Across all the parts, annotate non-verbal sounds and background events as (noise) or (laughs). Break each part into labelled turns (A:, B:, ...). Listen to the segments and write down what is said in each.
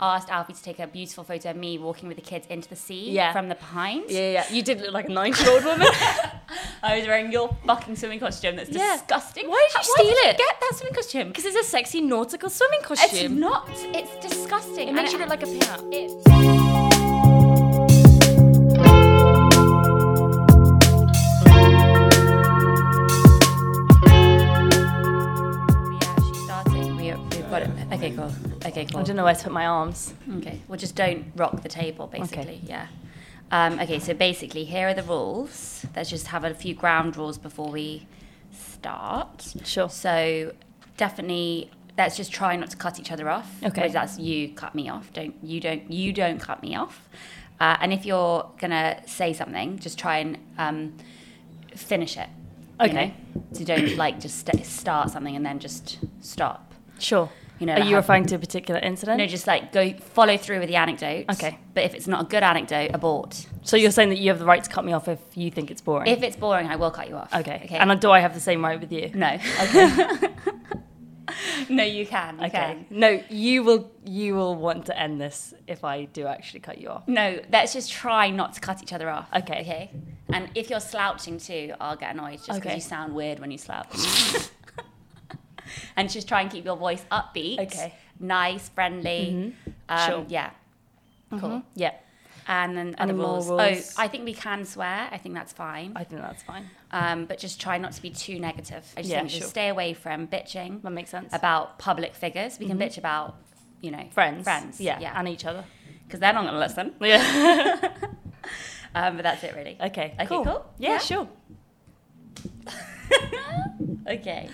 A: asked Alfie to take a beautiful photo of me walking with the kids into the sea
B: Yeah.
A: from the pines.
B: Yeah, yeah. You did look like a 90 year old (laughs) woman.
A: I was wearing your fucking swimming costume. That's
B: Yeah.
A: disgusting.
B: Why did you
A: How-
B: steal
A: you
B: it?
A: get that swimming costume.
B: Because it's a sexy nautical swimming costume.
A: It's not. It's disgusting.
B: It makes you look like a pimp.
A: it- We actually started. We, we've got it. Okay, cool. Okay,
B: I
A: cool.
B: don't know where to put my arms.
A: Okay. Well, just don't rock the table, basically.
B: Okay.
A: Yeah. Um, okay, so basically, here are the rules. Let's just have a few ground rules before we start.
B: Sure.
A: So definitely, let's just try not to cut each other off.
B: Okay.
A: Whether that's you cut me off. Don't you don't you don't cut me off. Uh, and if you're gonna say something, just try and um, finish it. you
B: Okay.
A: know? So don't like just st- start something and then just stop.
B: Sure.
A: You know.
B: Are
A: like,
B: you
A: have-
B: referring to a particular incident?
A: no, just like go follow through with the anecdote.
B: Okay.
A: But if it's not a good anecdote, abort.
B: so you're saying that you have the right to cut me off if you think it's boring?
A: If it's boring, I will cut you off.
B: okay.
A: Okay.
B: And do I have the same right with you? (laughs)
A: no. Okay. (laughs) no, you can. You can.
B: No, you will. You will want to end this if I do actually cut you off.
A: No, let's just try not to cut each other off.
B: Okay.
A: Okay. And if you're slouching too, I'll get annoyed just because
B: Okay.
A: you sound weird when you slouch. (laughs) and just try and keep your voice upbeat.
B: Okay.
A: Nice, friendly. Um,
B: Sure.
A: Yeah. Cool.
B: Mm-hmm. Yeah,
A: Mm-hmm. And then other
B: Any more
A: rules.
B: rules?
A: Oh, I think we can swear. I think that's fine.
B: I think that's fine.
A: um, but just try not to be too negative. I just
B: Yeah,
A: think
B: sure.
A: just stay away from bitching
B: That makes sense.
A: about public figures. We can bitch about, you know,
B: friends.
A: Mm-hmm. friends,
B: Yeah.
A: yeah.
B: And each other.
A: because they're not going to listen.
B: Yeah.
A: Um, but that's it, really. (laughs)
B: okay.
A: Okay, cool.
B: Yeah,
A: Yeah.
B: Sure.
A: (laughs) Okay.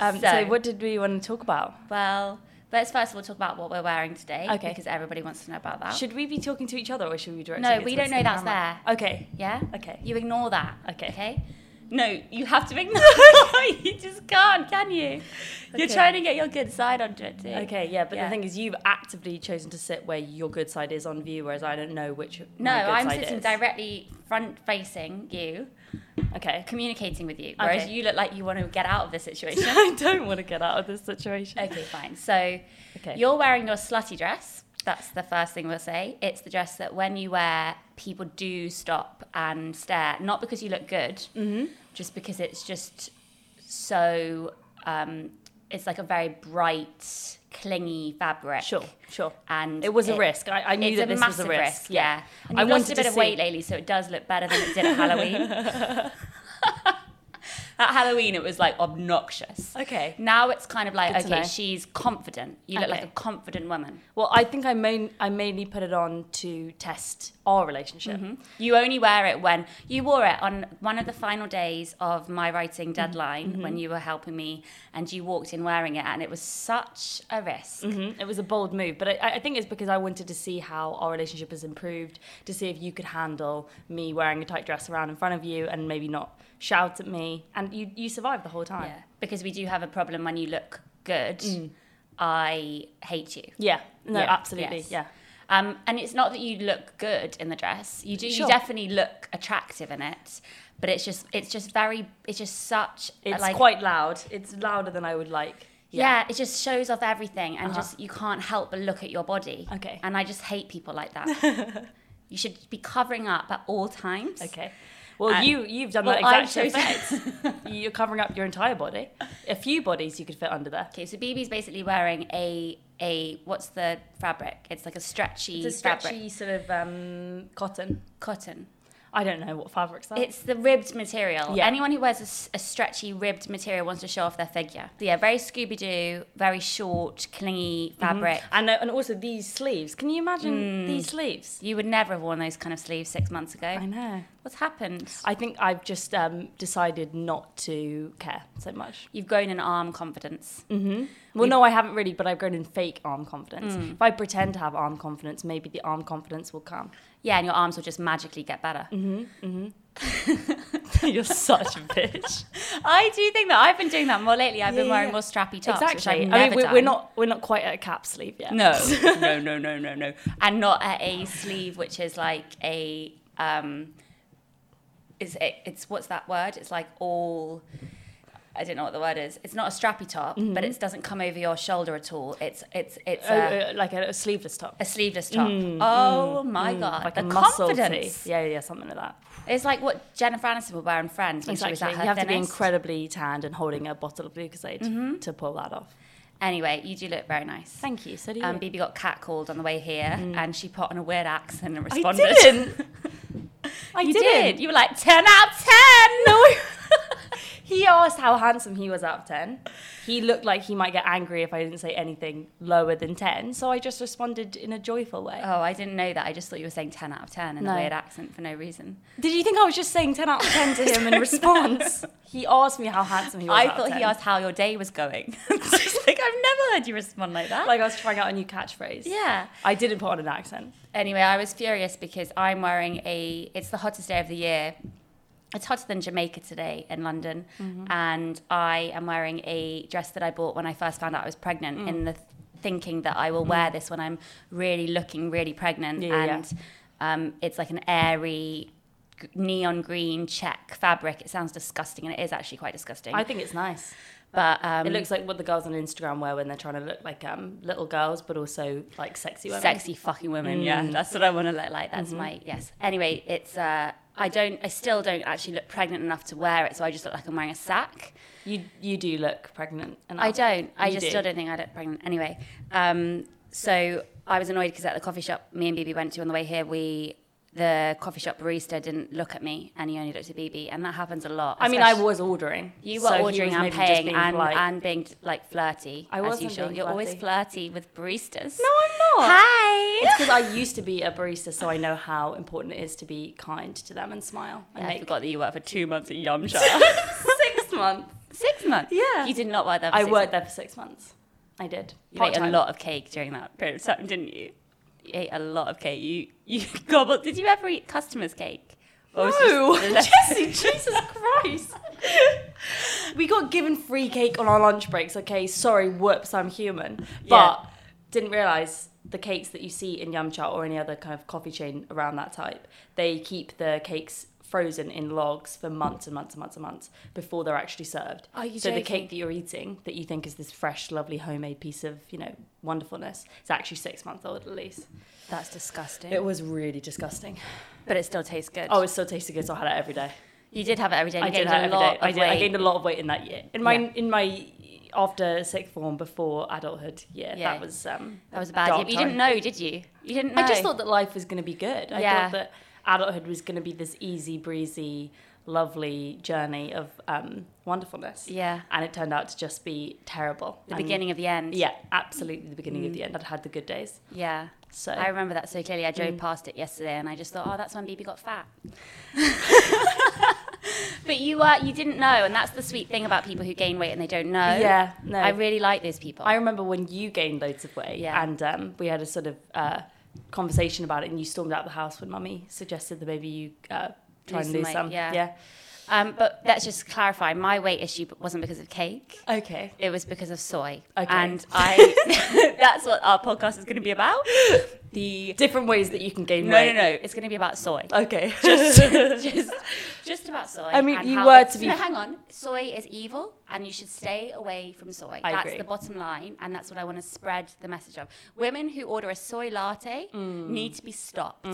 B: Um, so,
A: So-
B: what did we want to talk about?
A: Well, let's first of all talk about what we're wearing today,
B: Okay.
A: because everybody wants to know about that.
B: Should we be talking to each other or should we be directing
A: No,
B: it
A: we
B: to
A: don't
B: the
A: know that's
B: camera? Okay.
A: yeah.
B: Okay.
A: You ignore that.
B: Okay.
A: Okay. No, you have to ignore. (laughs) it. you just can't, can you? You're
B: Okay.
A: trying to get your good side onto it too.
B: Okay, yeah, but
A: Yeah.
B: the thing is, you've actively chosen to sit where your good side is on view, whereas I don't know which.
A: No,
B: my good
A: I'm
B: side
A: sitting
B: is.
A: directly front facing you, (laughs)
B: Okay. (laughs)
A: communicating with you, whereas
B: Okay.
A: you look like you want to get out of this
B: (laughs)
A: situation.
B: I don't want to get out of this situation.
A: okay, fine. So
B: Okay.
A: (laughs) You're wearing your slutty dress. That's the first thing we'll say. It's the dress that when you wear, people do stop and stare. Not because you look good,
B: Mm-hmm.
A: just because it's just so. Um, it's like a very bright, clingy fabric.
B: Sure, sure.
A: And
B: It was a risk. I, I knew
A: It's
B: that
A: a
B: this was
A: massive
B: a risk.
A: Yeah. And
B: I
A: you've lost
B: wanted
A: a bit
B: to
A: of weight
B: see-
A: lately, so it does look better than it
B: (laughs)
A: did at Halloween. at Halloween, it was like obnoxious.
B: Okay.
A: Now it's kind of like,
B: Good to
A: okay,
B: know.
A: she's confident. You look like
B: Okay.
A: a confident woman.
B: Well, I think I main I mainly put it on to test our relationship.
A: Mm-hmm. You only wear it when you wore it on one of the final days of my writing
B: Mm-hmm.
A: deadline when you were helping me and you walked in wearing it and it was such a risk.
B: Mhm. It was a bold move, but I, I think it's because I wanted to see how our relationship has improved, to see if you could handle me wearing a tight dress around in front of you and maybe not shout at me. And you you survived the whole time.
A: Yeah. Because we do have a problem when you look good.
B: Mm.
A: I hate you.
B: Yeah. No,
A: Yeah,
B: absolutely.
A: yes.
B: Yeah.
A: Um, and it's not that you look good in the dress. You do.
B: Sure.
A: You definitely look attractive in it, but it's just it's just very it's just such a,
B: It's
A: like,
B: quite loud. It's louder than I would like.
A: yeah. It just shows off everything, and
B: Uh-huh.
A: just you can't help but look at your body.
B: Okay.
A: And I just hate people like that.
B: (laughs)
A: you should be covering up at all times.
B: Okay. Well,
A: And-
B: you you've done
A: Well,
B: that
A: I've
B: exact
A: chosen-
B: effect. You're covering up your entire body. A few bodies you could fit under there.
A: (laughs) Okay. So BB's basically wearing a a what's the fabric? It's like a stretchy,
B: It's a stretchy
A: fabric,
B: sort of um, cotton.
A: cotton.
B: I don't know what fabric's that.
A: It's the ribbed material.
B: Yeah.
A: Anyone who wears a s- a, stretchy ribbed material wants to show off their figure. So yeah, very Scooby Doo, very short, clingy fabric.
B: and uh, and also these sleeves. Can you imagine these sleeves?
A: You would never have worn those kind of sleeves six months ago.
B: I know.
A: What's happened?
B: I think I've just um, decided not to care so much.
A: You've grown in arm confidence.
B: Well, no, I haven't really, but I've grown in fake arm confidence. If I pretend to have arm confidence, maybe the arm confidence will come. (laughs)
A: Yeah, and your arms will just magically get better.
B: Mm-hmm. You're such a bitch.
A: I do think that I've been doing that more lately. I've been
B: Yeah,
A: wearing
B: yeah.
A: more strappy tops. Which I've
B: (laughs) exactly.
A: never
B: I mean, we're, we're
A: done.
B: not we're not quite at a cap sleeve yet.
A: No, (laughs) no, no, no, no, no. And not at a sleeve, which is like a um, is it, it's what's that word? It's like all I don't know what the word is. It's not a strappy top, but it doesn't come over your shoulder at all. It's it's it's
B: Mm-hmm. Oh,
A: a,
B: uh, mm, like a, a sleeveless top.
A: a sleeveless top. oh my god,
B: mm, like
A: the
B: a muscle tee.
A: confidence!
B: Yeah, yeah, something like that.
A: It's like what Jennifer Aniston will wear in Friends when she
B: Exactly.
A: was at
B: You
A: her
B: have to be
A: thinnest.
B: incredibly tanned and holding a bottle of Lucasade to pull that off.
A: Anyway, you do look very nice.
B: Mm-hmm. Thank you. So do you.
A: Um, Bibi got catcalled on the way here, and she put on a weird accent and
B: I
A: responded. (laughs)
B: didn't. I
A: you
B: didn't.
A: did. You were like ten out of ten. No.
B: (laughs) He asked how handsome he was out of 10. He looked like he might get angry if I didn't say anything lower than 10. So I just responded in a joyful way.
A: (laughs) oh, I didn't know that. I just thought you were saying ten out of ten in
B: No.
A: a weird accent for no reason.
B: Did you think I was just saying 10 out of 10 to
A: (laughs)
B: him in response? He asked me how handsome he was.
A: I
B: out of
A: thought he
B: 10.
A: asked how your day was going. (laughs) Just like I've never heard you respond like that.
B: Like I was trying out a new catchphrase.
A: yeah.
B: I didn't put on an accent.
A: Anyway, I was furious because I'm wearing a. It's the hottest day of the year. It's hotter than Jamaica today in London,
B: Mm-hmm.
A: and I am wearing a dress that I bought when I first found out I was pregnant.
B: Mm.
A: In the th- thinking that I will wear this when I'm really looking really pregnant,
B: Yeah, yeah, yeah.
A: and Um, it's like an airy g- neon green check fabric. It sounds disgusting, and it is actually quite disgusting.
B: I think it's nice.
A: but um,
B: It looks like what the girls on Instagram wear when they're trying to look like um, little girls, but also like sexy women.
A: sexy fucking women.
B: Mm.
A: Yeah, that's what I want to look like. That's
B: Mm-hmm.
A: my yes. Anyway, it's uh, I don't, I still don't actually look pregnant enough to wear it, so I just look like I'm wearing a sack.
B: You you do look pregnant. And
A: I don't. I
B: Oh, You
A: just
B: do.
A: still don't think I look pregnant. Anyway, um, so I was annoyed because at the coffee shop me and Bibi went to on the way here, we the coffee shop barista didn't look at me and he only looked at Bibi, and that happens a lot.
B: I mean, I
A: especially-
B: was ordering.
A: You
B: so
A: were
B: he was
A: ordering and
B: maybe just
A: paying
B: being
A: and,
B: polite. (laughs)
A: and being like flirty.
B: I
A: as
B: wasn't
A: usual.
B: being
A: You're always flirty
B: flirty.
A: with baristas.
B: No, I'm not.
A: Hi.
B: It's because I used to be a barista, so I know how important it is to be kind to them and smile. And
A: Yeah, I
B: make
A: forgot that you worked for (laughs) two months at Yumsha.
B: (laughs) six months.
A: six months.
B: Yeah.
A: You did not work there. For
B: I
A: six
B: worked there for six months. I did.
A: Months. You ate a
B: Part-time.
A: lot of cake during that period of time, didn't you? You ate a lot of cake. You you (laughs) gobbled. Did you ever eat customers' cake? Or was it
B: No, (laughs)
A: just-
B: Jesse, Jesus Christ. We got given free cake on our lunch breaks, okay? Sorry, whoops, I'm human. But
A: Yeah.
B: didn't realise the cakes that you see in Yamcha or any other kind of coffee chain around that type, they keep the cakes frozen in logs for months and months and months and months before they're actually served.
A: Are you
B: so the
A: joking?
B: cake that you're eating that you think is this fresh, lovely homemade piece of, you know, wonderfulness, it's actually six months old at least.
A: That's disgusting.
B: It was really disgusgusting.
A: but it still tastes good.
B: Oh, it still tasted good, so I had it every day.
A: you did have it every day. and
B: I
A: you
B: did
A: gained
B: that
A: a
B: every
A: lot
B: day. I,
A: of
B: did, I
A: weight.
B: gained a lot of weight in that year. In my
A: Yeah.
B: in my after sixth form, before adulthood, yeah,
A: Yeah.
B: that was um,
A: That was a bad
B: dark
A: year. But you didn't
B: time.
A: know, did you? You didn't know.
B: I just thought that life was going to be good. I
A: Yeah.
B: thought that adulthood was going to be this easy breezy, lovely journey of um, wonderfulness.
A: Yeah.
B: and it turned out to just be terrible.
A: The
B: And-
A: beginning Mm. of the end.
B: Um, Yeah, absolutely the beginning of the end. I'd had the good days.
A: Yeah.
B: So
A: I remember that so clearly. I
B: Mm.
A: drove past it yesterday, and I just thought, "Oh, that's when Bibi got
B: (laughs)
A: fat." but you were, you didn't know, and that's the sweet thing about people who gain weight and they don't know.
B: yeah, no,
A: I really like those people.
B: I remember when you gained loads of weight,
A: Yeah.
B: and um, we had a sort of uh, conversation about it, and you stormed out the house when Mummy suggested that maybe you uh, try
A: Lose
B: and
A: some
B: lose
A: weight,
B: some.
A: yeah. Um, but let's just clarify. My weight issue wasn't because of cake.
B: Okay.
A: It was because of soy.
B: Okay.
A: And I, (laughs) that's what our podcast is going to be about. The
B: Different ways that you can gain
A: no, no,
B: weight.
A: no. It's going to be about soy.
B: Okay.
A: (laughs) just, just about soy.
B: I mean,
A: and
B: you
A: how
B: were
A: it's-
B: to be-
A: No, (laughs) hang on. Soy is evil, and you should stay away from soy.
B: I
A: that's
B: agree.
A: the bottom line, and that's what I want to spread the message of. Women who order a soy latte
B: Mm.
A: need to be stopped.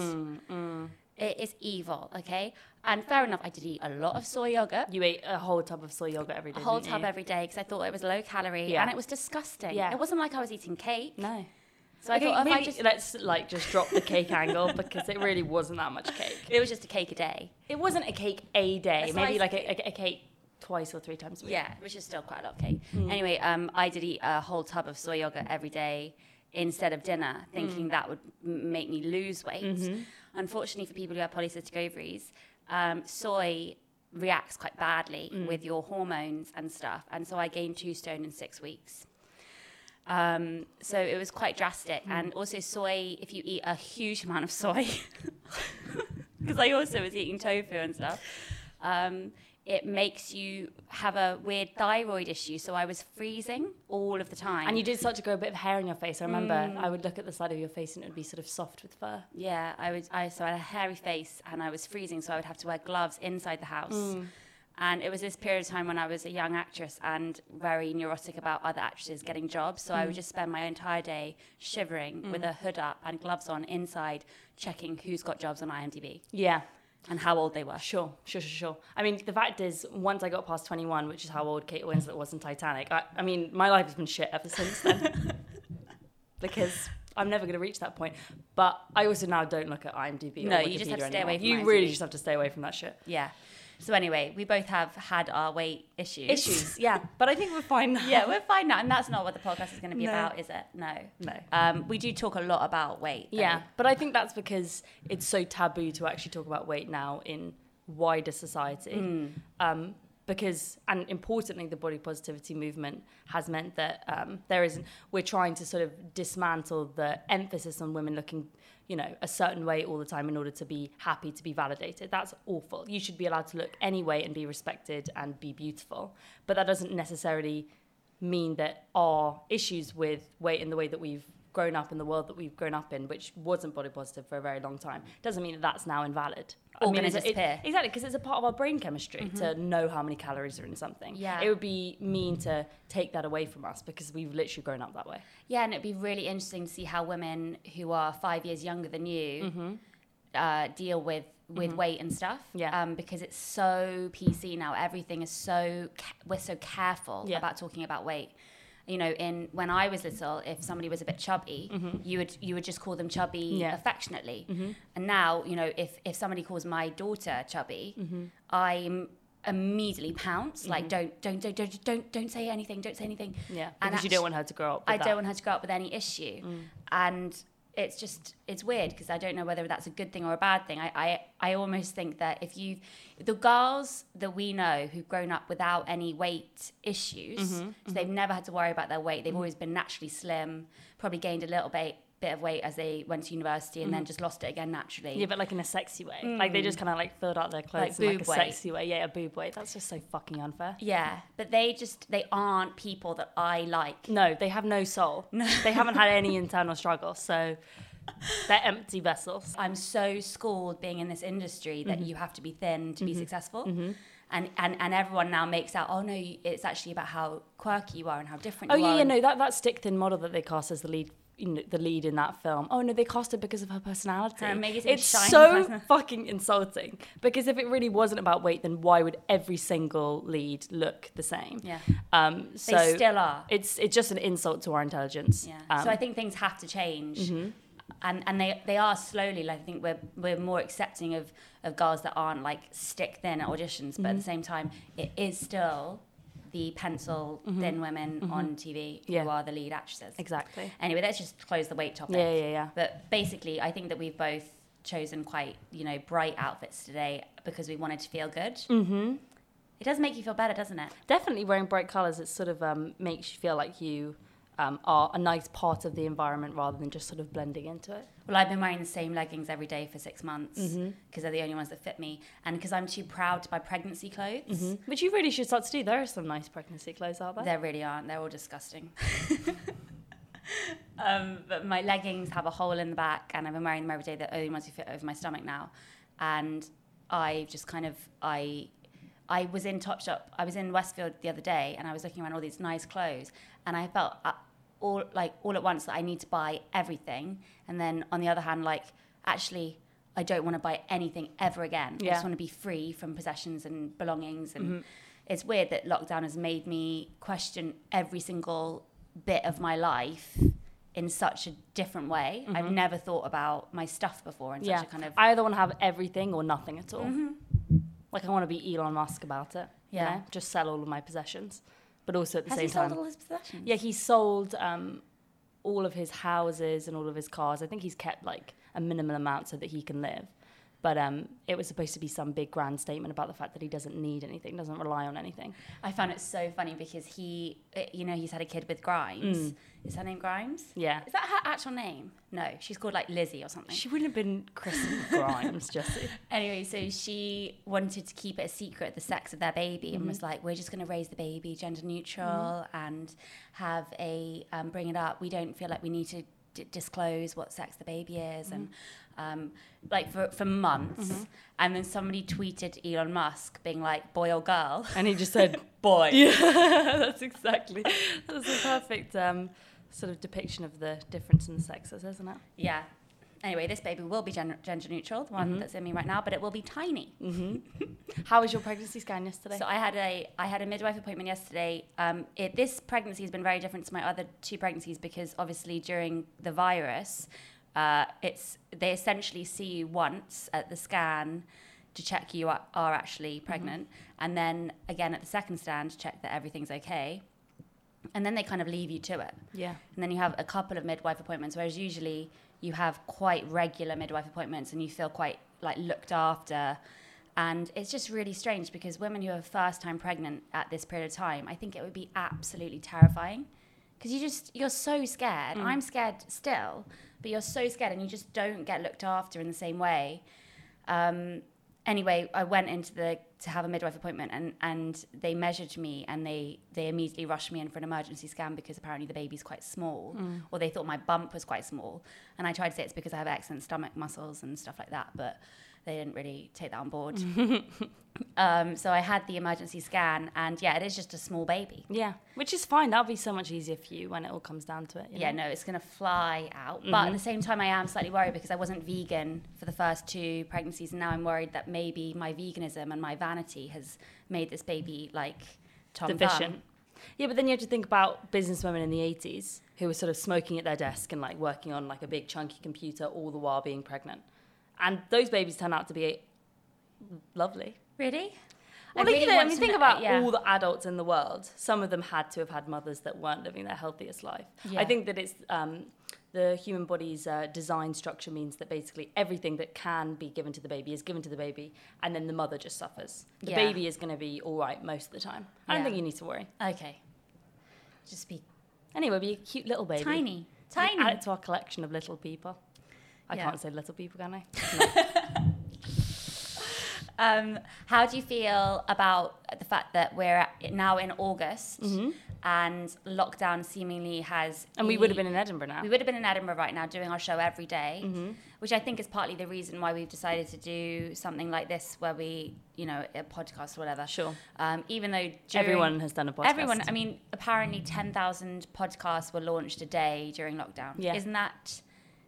A: It is evil, okay? And fair enough, I did eat a lot of soy yogurt.
B: you ate a whole tub of soy yogurt every day.
A: A whole
B: didn't
A: tub
B: you?
A: every day because I thought it was low calorie
B: Yeah.
A: and it was disgusting.
B: Yeah.
A: It wasn't like I was eating cake.
B: No.
A: So I
B: okay,
A: thought oh, if
B: maybe
A: I just.
B: let's like just drop the cake angle because it really wasn't that much cake.
A: It was just a cake a day.
B: It wasn't a cake a day.
A: That's
B: maybe
A: nice.
B: like a, a, a cake twice or three times a week.
A: Yeah, which is still quite a lot of cake. Anyway, um, I did eat a whole tub of soy yogurt every day instead of dinner, thinking that would m- make me lose weight. Unfortunately, for people who have polycystic ovaries, um, soy reacts quite badly with your hormones and stuff. And so I gained two stone in six weeks. Um, so it was quite drastic. And also, soy, if you eat a huge amount of soy, (laughs) because I also was eating tofu and stuff, um, it makes you have a weird thyroid issue. So I was freezing all of the time.
B: And you did start to grow a bit of hair on your face. I remember
A: Mm.
B: I would look at the side of your face and it would be sort of soft with fur. Mm.
A: yeah, I was. I so I had a hairy face and I was freezing, so I would have to wear gloves inside the house. And it was this period of time when I was a young actress and very neurotic about other actresses getting jobs. So I
B: Mm.
A: would just spend my entire day shivering with a hood up and gloves on inside, checking who's got jobs on IMDb
B: Yeah.
A: and how old they were.
B: Sure, sure, sure, sure. I mean, the fact is, once I got past 21, which is how old Kate Winslet was in Titanic, I, I mean, my life has been shit ever since then.
A: (laughs)
B: because I'm never going to reach that point. But I also now don't look at IMDb.
A: No,
B: or
A: you just have
B: Wikipedia
A: to stay
B: anymore.
A: away from
B: You
A: IMDb.
B: really just have to stay away from that shit.
A: Yeah. So anyway, we both have had our weight issues.
B: Issues, yeah. But I think we're fine now.
A: (laughs) yeah, we're fine now, and that's not what the podcast is going to be
B: No.
A: about, is it? No.
B: No.
A: Um, we do talk a lot about weight. though.
B: Yeah, but I think that's because it's so taboo to actually talk about weight now in wider society. Um, because, and importantly, the body positivity movement has meant that um, there isn't, we're trying to sort of dismantle the emphasis on women looking, you know, a certain way all the time in order to be happy, to be validated. That's awful. You should be allowed to look any way and be respected and be beautiful. But that doesn't necessarily mean that our issues with weight and the way that we've grown up in the world that we've grown up in, which wasn't body positive for a very long time, doesn't mean that that's now invalid.
A: Or
B: mean,
A: gonna
B: it's a- it-
A: disappear.
B: exactly, because it's a part of our brain chemistry to know how many calories are in something.
A: Mm-hmm. Yeah.
B: It would be mean to take that away from us because we've literally grown up that way.
A: Yeah, and it'd be really interesting to see how women who are five years younger than you
B: Mm-hmm.
A: uh, deal with with weight and stuff.
B: Yeah.
A: Um, because it's so PC now. Everything is so ca- we're so careful
B: Yeah.
A: about talking about weight. You know, in when I was little, if somebody was a bit chubby, you would you would just call them chubby
B: Mm-hmm. Yeah. Mm-hmm.
A: affectionately. And now, you know, if if somebody calls my daughter chubby,
B: Mm-hmm.
A: I'm immediately pounce like don't don't don't don't don't don't say anything don't say anything
B: Yeah.
A: And
B: Because you don't
A: actu-
B: want her to grow up. With
A: I
B: that. Mm.
A: don't want her to go up with any issue. And it's just it's weird because I don't know whether that's a good thing or a bad thing. I, I I almost think that if you the girls that we know who've grown up without any weight issues,
B: Mm-hmm,
A: so they've never had to worry about their weight. They've
B: Mm.
A: always been naturally slim, probably gained a little bit bit of weight as they went to university and then just lost it again naturally.
B: Mm-hmm. Yeah, but like in a sexy way. Like they just kind of like filled out their clothes
A: Like
B: in Mm. like
A: boob
B: a
A: weight.
B: sexy way. Yeah, a boob weight. That's just so fucking unfair.
A: yeah, but they just they aren't people that I like.
B: No, they have (laughs) no soul. They haven't had any internal struggle. So they're empty vessels.
A: I'm so schooled being in this industry
B: Mm-hmm.
A: that you have to be thin to be successful. And, and and everyone now makes out, oh no, you- it's actually about how quirky you are and how different
B: Oh
A: you are.
B: yeah, yeah,
A: and-
B: no, that that stick thin model that they cast as the lead, you know, the lead in that film. Oh no, they cast her because of her personality.
A: Her amazing
B: it's
A: shiny
B: so
A: person-
B: (laughs) fucking insulting. Because if it really wasn't about weight, then why would every single lead look the same?
A: Yeah.
B: Um, so
A: they still are.
B: it's it's just an insult to our intelligence.
A: Yeah.
B: Um, Mm-hmm.
A: so I think things have to change. And, and they, they are slowly like I think we're we're more accepting of, of girls that aren't like stick thin at auditions, but at
B: Mm-hmm.
A: the same time it is still the pencil thin women on TV who
B: Mm-hmm. Yeah.
A: are the lead actresses.
B: exactly.
A: Anyway, let's just close the weight topic.
B: Yeah, yeah, yeah.
A: But basically, I think that we've both chosen quite, you know, bright outfits today because we wanted to feel good. Mm-hmm. It does make you feel better, doesn't it?
B: Definitely wearing bright colours. It sort of um, makes you feel like you um, are a nice part of the environment rather than just sort of blending into it.
A: Well, I've been wearing the same leggings every day for six months because they're the only ones that fit me, and because I'm too proud to buy pregnancy clothes.
B: Which you really should start to do. There are some nice pregnancy clothes out there.
A: Mm-hmm. There really aren't. They're all disgusting. (laughs) um, but my leggings have a hole in the back, and I've been wearing them every day. They're the only ones who fit over my stomach now. And I just kind of I. I was in Topshop. I was in Westfield the other day, and I was looking around all these nice clothes, and I felt uh, all like all at once that I need to buy everything, and then on the other hand, like actually, I don't want to buy anything ever again. I
B: Yeah.
A: just want to be free from possessions and belongings and it's weird that lockdown has made me question every single bit of my life in such a different way. I've never thought about my stuff before in such
B: yeah.
A: a kind of
B: I either want to have everything or nothing at all. Like I want to be Elon Musk about it.
A: Mm-hmm. Yeah.
B: You know? Just sell all of my possessions, but also at the
A: has
B: same
A: he sold
B: time,
A: all his possessions?
B: yeah, he sold um, all of his houses and all of his cars. I think he's kept like a minimal amount so that he can live. But um, it was supposed to be some big grand statement about the fact that he doesn't need anything, doesn't rely on anything.
A: I found it so funny because he, uh, you know, he's had a kid with Grimes. Is her name Grimes?
B: Yeah.
A: Is that her actual name? No, she's called like Lizzie or something.
B: She wouldn't have been christened Grimes, Jesse.
A: Anyway, so she wanted to keep it a secret, the sex of their baby, and was like, "We're just going to raise the baby gender neutral and have a um, bring it up. We don't feel like we need to d- disclose what sex the baby is, and um, like for for months. And then somebody tweeted Elon Musk being like, "Boy or girl?"
B: And he just (laughs) said,
A: Boy.
B: yeah, that's exactly. That's a perfect um, sort of depiction of the difference in the sexes, isn't it?
A: Yeah. Anyway, this baby will be gen- gender neutral, the one that's in me right now, but it will be tiny.
B: (laughs) How was your pregnancy scan yesterday?
A: So I had a I had a midwife appointment yesterday. Um, it, this pregnancy has been very different to my other two pregnancies because obviously during the virus, uh, it's they essentially see you once at the scan to check you are, are actually pregnant, and then again at the second scan to check that everything's okay, and then they kind of leave you to it.
B: yeah.
A: And then you have a couple of midwife appointments, whereas usually you have quite regular midwife appointments and you feel quite like looked after. And it's just really strange because women who are first time pregnant at this period of time, I think it would be absolutely terrifying. Because you just, you're so scared. I'm scared still, but you're so scared and you just don't get looked after in the same way. Um, anyway, I went into the to have a midwife appointment and and they measured me and they they immediately rushed me in for an emergency scan because apparently the baby's quite small or they thought my bump was quite small and I tried to say it's because I have excellent stomach muscles and stuff like that but they didn't really take that on board. um, so I had the emergency scan and yeah, it is just a small baby.
B: Yeah. Which is fine. That'll be so much easier for you when it all comes down to it. you
A: Yeah,
B: know? Mm-hmm.
A: no, it's going to fly out. But at the same time, I am slightly worried because I wasn't vegan for the first two pregnancies. And now I'm worried that maybe my veganism and my vanity has made this baby like Tom Thumb.
B: Deficient. Yeah, but then you have to think about businesswomen in the 80s who were sort of smoking at their desk and like working on like a big chunky computer all the while being pregnant. And those babies turn out to be lovely.
A: Really?
B: Well,
A: really
B: you know, I
A: want
B: mean,
A: to
B: think
A: kn-
B: about
A: yeah.
B: all the adults in the world. Some of them had to have had mothers that weren't living their healthiest life.
A: Yeah.
B: I think that it's um, the human body's uh, design structure means that basically everything that can be given to the baby is given to the baby, and then the mother just suffers. The
A: Yeah.
B: baby is going to be all right most of the time. I don't
A: Yeah.
B: think you need to worry.
A: Okay. Just be
B: Anyway, be a cute little baby.
A: tiny.
B: Tiny.
A: Tiny.
B: Add it to our collection of little people. I
A: Yeah.
B: can't say little people, can I?
A: Um, how do you feel about the fact that we're at, now in August and lockdown seemingly has.
B: Mm-hmm. And we would have
A: e-
B: been in Edinburgh now.
A: We would have been in Edinburgh right now doing our show every day, which I think is partly the reason why we've decided to do something like this, where we, you know, a podcast or whatever.
B: Sure.
A: Um, even though during,
B: Everyone has done a podcast.
A: everyone, I mean, apparently 10,000 podcasts were launched a day during lockdown.
B: Yeah.
A: Isn't that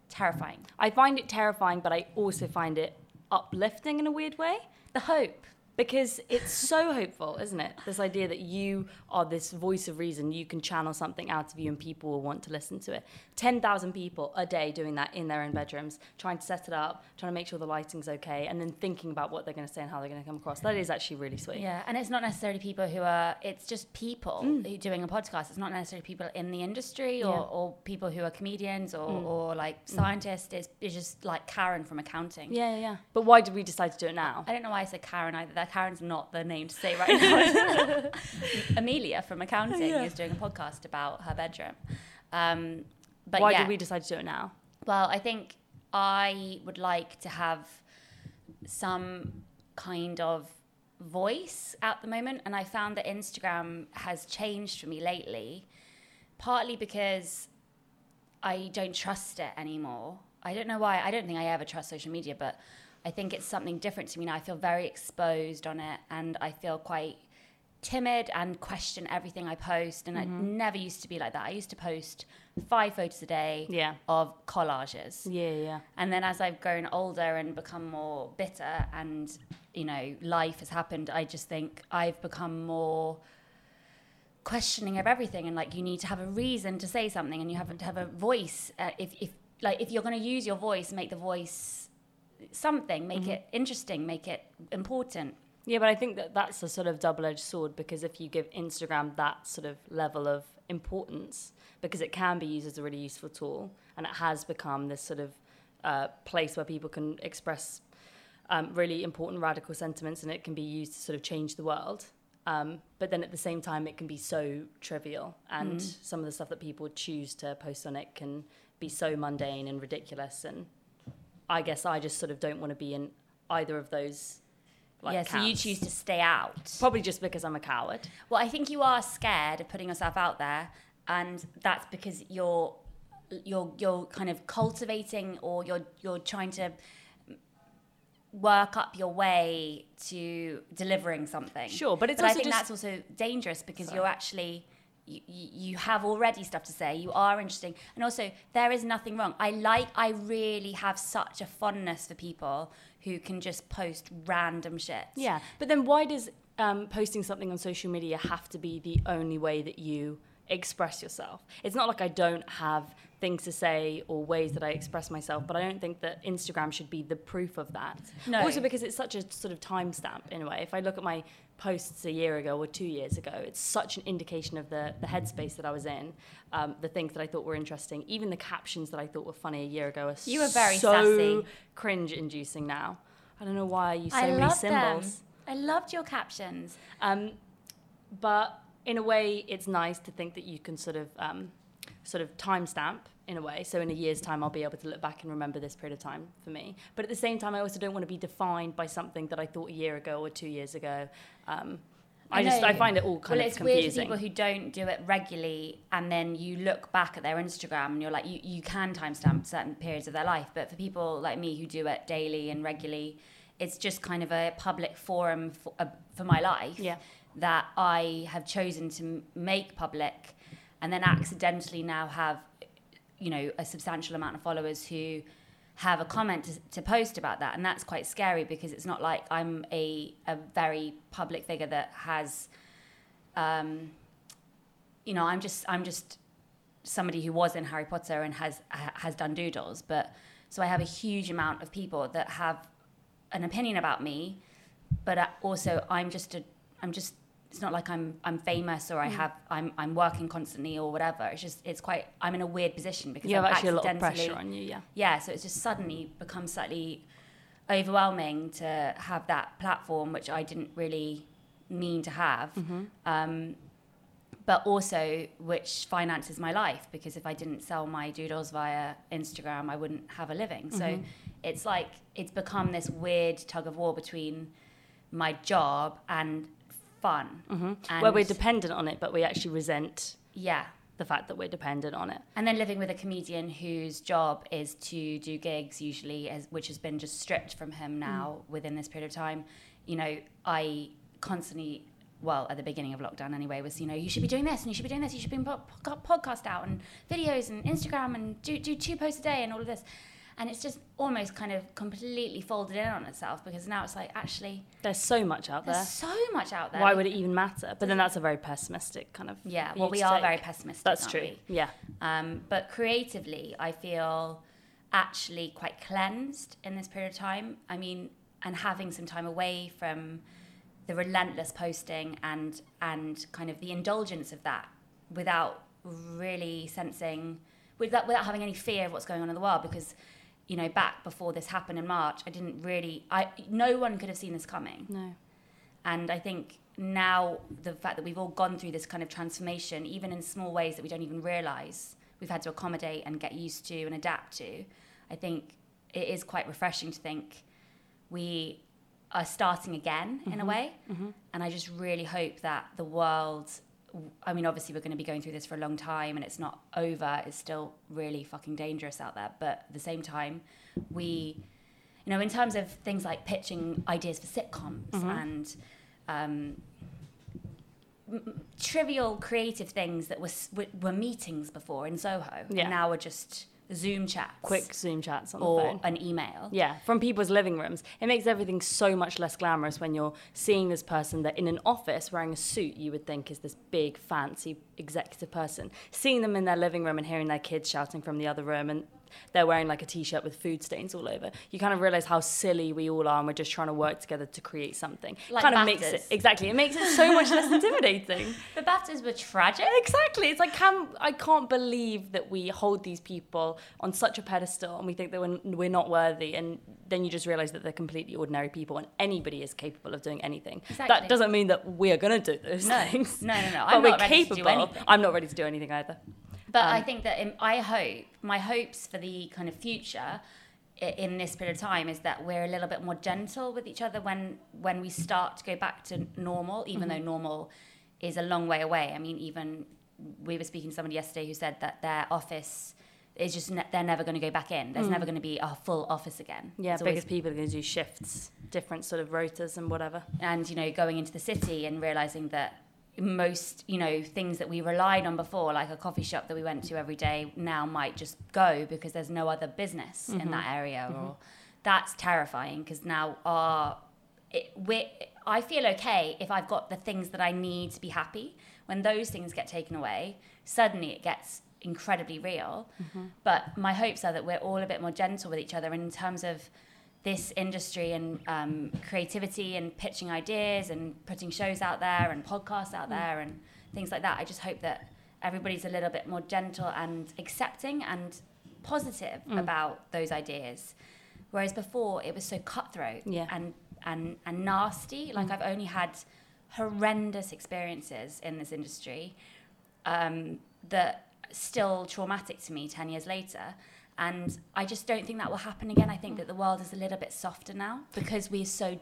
A: terrifying?
B: I find it terrifying, but I also find it uplifting in a weird way
A: The hope.
B: because it's so (laughs) hopeful, isn't it? This idea that you are this voice of reason, you can channel something out of you and people will want to listen to it. 10,000 people a day doing that in their own bedrooms, trying to set it up, trying to make sure the lighting's okay, and then thinking about what they're going to say and how they're going to come across. That is actually really sweet.
A: Yeah, and it's not necessarily people who are. It's just people who doing a podcast. It's not necessarily people in the industry or,
B: Yeah.
A: or people who are comedians or, or like scientists. It's, it's just like Karen from accounting.
B: Yeah, yeah, yeah. But why did we decide to do it now?
A: I don't know why I said Karen either. That Karen's not the name to say right now.
B: (laughs)
A: Amelia from accounting
B: Yeah.
A: is doing a podcast about her bedroom. Um, but
B: why
A: yeah,
B: did we decide to do it now?
A: well, I think I would like to have some kind of voice at the moment, and I found that Instagram has changed for me lately, partly because I don't trust it anymore. I don't know why. I don't think I ever trust social media, but I think it's something different to me now. I feel very exposed on it, and I feel quite timid and question everything I post. And I never used to be like that. I used to post five photos a day
B: Yeah.
A: of collages.
B: Yeah, yeah.
A: And then as I've grown older and become more bitter and, you know, life has happened, I just think I've become more questioning of everything and like you need to have a reason to say something and you have to have a voice uh, if, if like if you're going to use your voice make the voice something make it interesting make it important
B: Yeah, but I think that that's a sort of double edged sword because if you give Instagram that sort of level of importance, because it can be used as a really useful tool and it has become this sort of uh, place where people can express um, really important radical sentiments and it can be used to sort of change the world. Um, but then at the same time, it can be so trivial, and some of the stuff that people choose to post on it can be so mundane and ridiculous. And I guess I just sort of don't want to be in either of those. Like,
A: yeah so you
B: camps.
A: choose to stay out
B: Probably just because I'm a coward.
A: Well, I think you are scared of putting yourself out there, and that's because you're you're you're kind of cultivating or you're you're trying to work up your way to delivering something.
B: Sure, but it's
A: but I
B: also
A: think
B: just-
A: that's also dangerous because
B: Sorry.
A: you're actually you, you have already stuff to say. You are interesting, and also there is nothing wrong. I like. I really have such a fondness for people who can just post random shit.
B: Yeah, but then why does um, posting something on social media have to be the only way that you express yourself? It's not like I don't have things to say or ways that I express myself, but I don't think that Instagram should be the proof of that.
A: No.
B: Also because it's such a sort of timestamp in a way. If I look at my posts a year ago or two years ago, it's such an indication of the, the headspace that I was in, um, the things that I thought were interesting, even the captions that I thought were funny a year ago are
A: You were very
B: so
A: sassy.
B: cringe-inducing now. I don't know why I use so
A: I
B: many
A: love
B: symbols.
A: them. I loved your captions.
B: Um, but in a way, it's nice to think that you can sort of um, sort of timestamp in a way. So in a year's time, I'll be able to look back and remember this period of time for me. But at the same time, I also don't want to be defined by something that I thought a year ago or two years ago. Um, I,
A: I
B: just
A: know.
B: I find it all kind
A: well,
B: of
A: it's weird for
B: confusing.
A: people who don't do it regularly, and then you look back at their Instagram and you're like, you, you can timestamp certain periods of their life, but for people like me who do it daily and regularly, it's just kind of a public forum for, uh, for my life (laughs)
B: Yeah.
A: that I have chosen to m- make public, and then accidentally now have, you know, a substantial amount of followers who have a comment to, to post about that, and that's quite scary because it's not like I'm a a very public figure that has, um, you know, I'm just I'm just somebody who was in Harry Potter and has ha- has done doodles, but so I have a huge amount of people that have an opinion about me, but uh, also I'm just a I'm just it's not like I'm I'm famous or I
B: Mm.
A: have I'm I'm working constantly or whatever. It's just it's quite I'm in a weird position because
B: You have
A: I've
B: actually a lot of
A: accidentally-
B: pressure on you. Yeah.
A: yeah, so it's just suddenly become slightly overwhelming to have that platform, which I didn't really mean to have,
B: Mm-hmm.
A: um, but also which finances my life because if I didn't sell my doodles via Instagram, I wouldn't have a living. So
B: Mm-hmm.
A: it's like it's become this weird tug of war between my job and fun. And
B: Where Mm-hmm. we're dependent on it, but we actually resent
A: yeah.
B: the fact that we're dependent on it.
A: And then living with a comedian whose job is to do gigs, usually, as, which has been just stripped from
B: Mm.
A: him now within this period of time. You know, I constantly, well, at the beginning of lockdown anyway, was, you know, you should be doing this and you should be doing this, you should be putting po- po- podcast out and videos and Instagram and do, do two posts a day and all of this. And it's just almost kind of completely folded in on itself because now it's like, actually,
B: There's so much out there.
A: there's so much out there.
B: Why would it even matter? But then that's a very pessimistic kind of.
A: Yeah,
B: view
A: well,
B: to
A: we are
B: take.
A: very pessimistic.
B: That's
A: aren't
B: true.
A: we?
B: Yeah.
A: Um, but creatively, I feel actually quite cleansed in this period of time. I mean, and having some time away from the relentless posting and and kind of the indulgence of that without really sensing without without having any fear of what's going on in the world because you know back before this happened in March I didn't really I no one could have seen this coming
B: No.
A: and I think now the fact that we've all gone through this kind of transformation, even in small ways that we don't even realize, we've had to accommodate and get used to and adapt to. I think it is quite refreshing to think we are starting again in a way. And I just really hope that the world. I mean, obviously, we're going to be going through this for a long time and it's not over. It's still really fucking dangerous out there. But at the same time, we you know, in terms of things like pitching ideas for sitcoms
B: Mm-hmm.
A: and um, m- trivial creative things that were, s- were were meetings before in Soho,
B: Yeah.
A: and now are just Zoom chats,
B: Quick Zoom chats on
A: or
B: the phone.
A: an email.
B: Yeah, from people's living rooms. It makes everything so much less glamorous when you're seeing this person that in an office wearing a suit you would think is this big, fancy executive person. Seeing them in their living room and hearing their kids shouting from the other room and they're wearing like a t shirt with food stains all over, you kind of realize how silly we all are and we're just trying to work together to create something.
A: Like
B: kind of makes it,
A: BAFTAs.
B: exactly, it makes it so
A: (laughs)
B: much less intimidating.
A: The BAFTAs were tragic.
B: Exactly. It's like can I can't believe that we hold these people on such a pedestal and we think that we're, we're not worthy and then you just realize that they're completely ordinary people and anybody is capable of doing anything. That
A: Exactly.
B: doesn't mean that we're going to do those things.
A: No, no, no.
B: But
A: I'm
B: we're
A: not ready to
B: capable.
A: do anything.
B: I'm not ready to do anything either.
A: But
B: Um,
A: I think that in, I hope my hopes for the kind of future i- in this period of time is that we're a little bit more gentle with each other when when we start to go back to normal, even though
B: Mm-hmm.
A: normal is a long way away. I mean, even we were speaking to somebody yesterday who said that their office it's just ne- they're never going to go back in. There's never going to be a full office again.
B: Mm. Yeah,
A: It's
B: because
A: always-
B: people are going to do shifts, different sort of rotas and whatever.
A: and you know going into the city and realizing that most you know things that we relied on before like a coffee shop that we went to every day now might just go because there's no other business in that area or that's terrifying because now our it, we I feel okay if I've got the things that I need to be happy when those things get taken away suddenly it gets incredibly real but my hopes are that we're all a bit more gentle with each other in terms of this industry and um, creativity and pitching ideas and putting shows out there and podcasts out there and things like that. I just hope that everybody's a little bit more gentle and accepting and positive about those ideas. Whereas before it was so cutthroat
B: Yeah.
A: and, and, and nasty. Like I've only had horrendous experiences in this industry um, that still traumatic to me 10 years later. And I just don't think that will happen again. I think that the world is a little bit softer now because we're so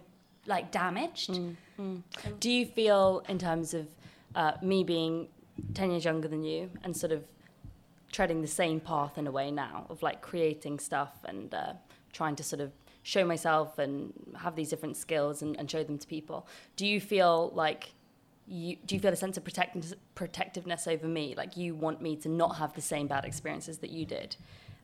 A: like damaged.
B: Mm. Do you feel, in terms of uh, me being 10 years younger than you and sort of treading the same path in a way now of like creating stuff and uh, trying to sort of show myself and have these different skills and, and show them to people, do you feel like? You, do you feel a sense of protect, protectiveness over me? Like you want me to not have the same bad experiences that you did,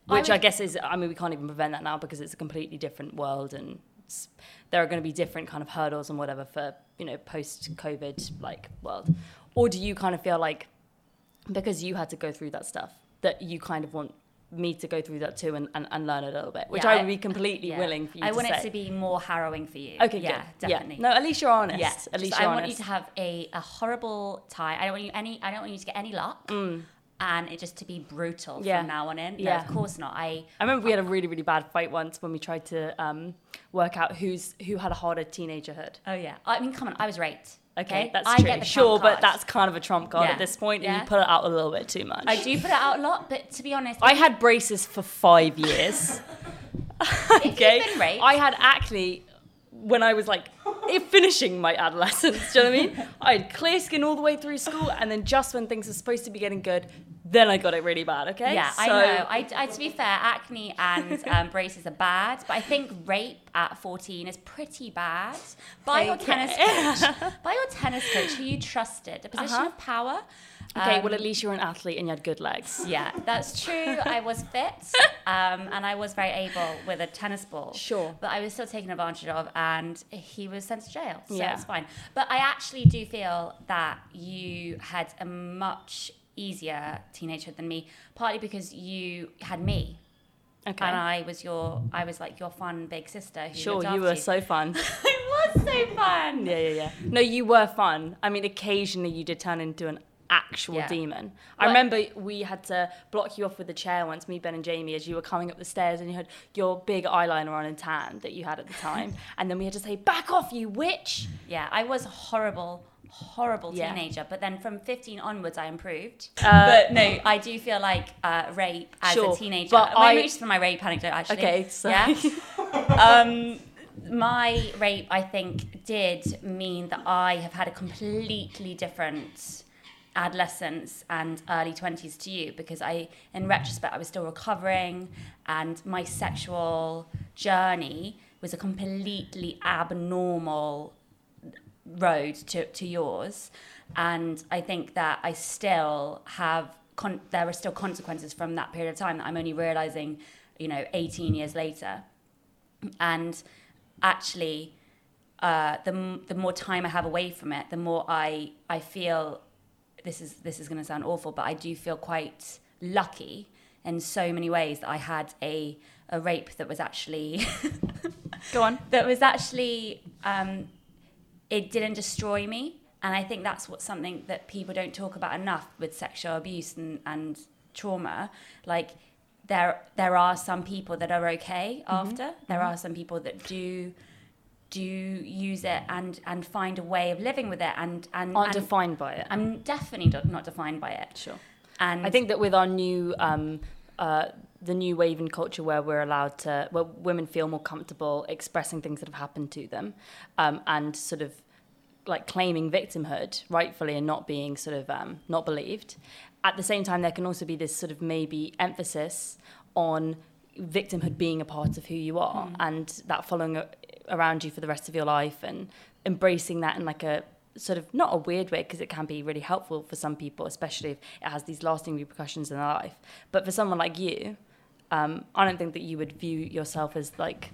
A: I
B: which I,
A: would-
B: guess is. I mean, we can't even prevent that now because it's a completely different world and s- there are going to be different kind of hurdles and whatever for you know post COVID like world. Or do you kind of feel like because you had to go through that stuff that you kind of want me to go through that too and, and, and learn a little bit, which
A: Yeah,
B: I
A: I-
B: would be completely
A: Yeah.
B: willing for you
A: I
B: to
A: want
B: say.
A: it to be more harrowing for you.
B: okay,
A: yeah,
B: good.
A: definitely.
B: Yeah. No, at least you're honest.
A: Yeah.
B: At least
A: Just- I
B: you're
A: want you
B: honest.
A: to have a, a horrible time. I don't want you any. I don't want you to get any luck,
B: Mm.
A: and it just to be brutal
B: Yeah.
A: from now on in. No,
B: Yeah.
A: of course not. I
B: I remember we had a really, really bad fight once when we tried to um, work out who's who had a harder teenagerhood.
A: oh yeah. I mean, come on. I was raped.
B: Okay, that's
A: I
B: true.
A: Get the
B: sure,
A: trump
B: but
A: card.
B: that's kind of a trump card
A: Yeah.
B: at this point, and
A: Yeah.
B: you pull it out a little bit too much.
A: I do put it out a lot, but to be honest,
B: I had braces for five
A: (laughs)
B: years.
A: you've been raped-
B: I had acne when I was like i- finishing my adolescence. Do you know what I
A: (laughs)
B: mean? I had clear skin all the way through school, and then just when things were supposed to be getting good, then I got it really bad. Okay.
A: Yeah, I
B: So-
A: know. I, I- to be fair, acne and um, (laughs) braces are bad, but I think rape at 14 is pretty bad. By your
B: Okay.
A: tennis
B: (laughs)
A: coach, by your tennis coach, who you trusted, a position
B: Uh-huh.
A: of power.
B: Okay.
A: Um,
B: well, at least you're an athlete and you had good legs.
A: yeah, that's true. I was fit,
B: (laughs)
A: um, and I was very able with a tennis ball.
B: Sure.
A: but I was still taken advantage of, and he was sent to jail. So
B: Yeah.
A: it's fine. But I actually do feel that you had a much easier teenagehood than me, partly because you had me.
B: Okay.
A: And I was your, I was like your fun big sister. Who
B: sure,
A: looked
B: you
A: after
B: were so fun.
A: (laughs) it was so fun.
B: Yeah, yeah, yeah. No, you were fun. I mean, occasionally you did turn into an actual
A: Yeah.
B: demon. I
A: Well-
B: remember we had to block you off with a chair once, me, Ben, and Jamie, as you were coming up the stairs and you had your big eyeliner on and tan that you had at
A: (laughs)
B: the time. and then we had to say, back off, you witch.
A: Yeah, I was a horrible, horrible
B: Yeah.
A: teenager. But then from 15 onwards, I improved.
B: Uh,
A: but no, I do feel like uh, rape as
B: Sure,
A: a teenager.
B: but
A: Wait,
B: I-
A: maybe just from my rape anecdote, actually.
B: Okay, so.
A: Yeah.
B: (laughs)
A: um, my rape, I think, did mean that I have had a completely different adolescence and early 20s to you because I, in retrospect, I was still recovering and my sexual journey was a completely abnormal road to, to yours. And I think that I still have, con- there are still consequences from that period of time that I'm only realizing, you know, 18 years later and actually uh, the, m- the more time I have away from it, the more I, I feel this is this is going to sound awful, but I do feel quite lucky in so many ways that I had a, a rape that was actually (laughs)
B: Go on.
A: that was actually um, it didn't destroy me and i think that's what something that people don't talk about enough with sexual abuse and, and trauma like there there are some people that are okay
B: Mm-hmm.
A: after there are some people that do do use it and and find a way of living with it and and,
B: Aren't
A: and
B: defined by it.
A: i'm definitely not- not defined by it
B: Um, sure.
A: and
B: I think that with our new, um, uh, the new wave in culture where we're allowed to, where women feel more comfortable expressing things that have happened to them, um, and sort of like claiming victimhood rightfully and not being sort of um, not believed. at the same time, there can also be this sort of maybe emphasis on victimhood being a part of who you are and that following a- around you for the rest of your life and embracing that in like a sort of not a weird way because it can be really helpful for some people, especially if it has these lasting repercussions in their life. But for someone like you, um, I don't think that you would view yourself as like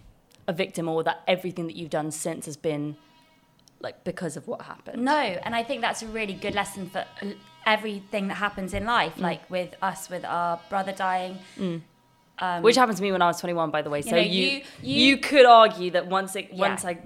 B: a victim or that everything that you've done since has been like because of what happened.
A: No, and I think that's a really good lesson for uh, everything that happens in
B: Mm.
A: life, like with us, with our brother dying.
B: Which happened to me when I was 21, by the way. So
A: know,
B: you,
A: you-
B: you,
A: you-
B: could argue that once it,
A: Yeah.
B: once I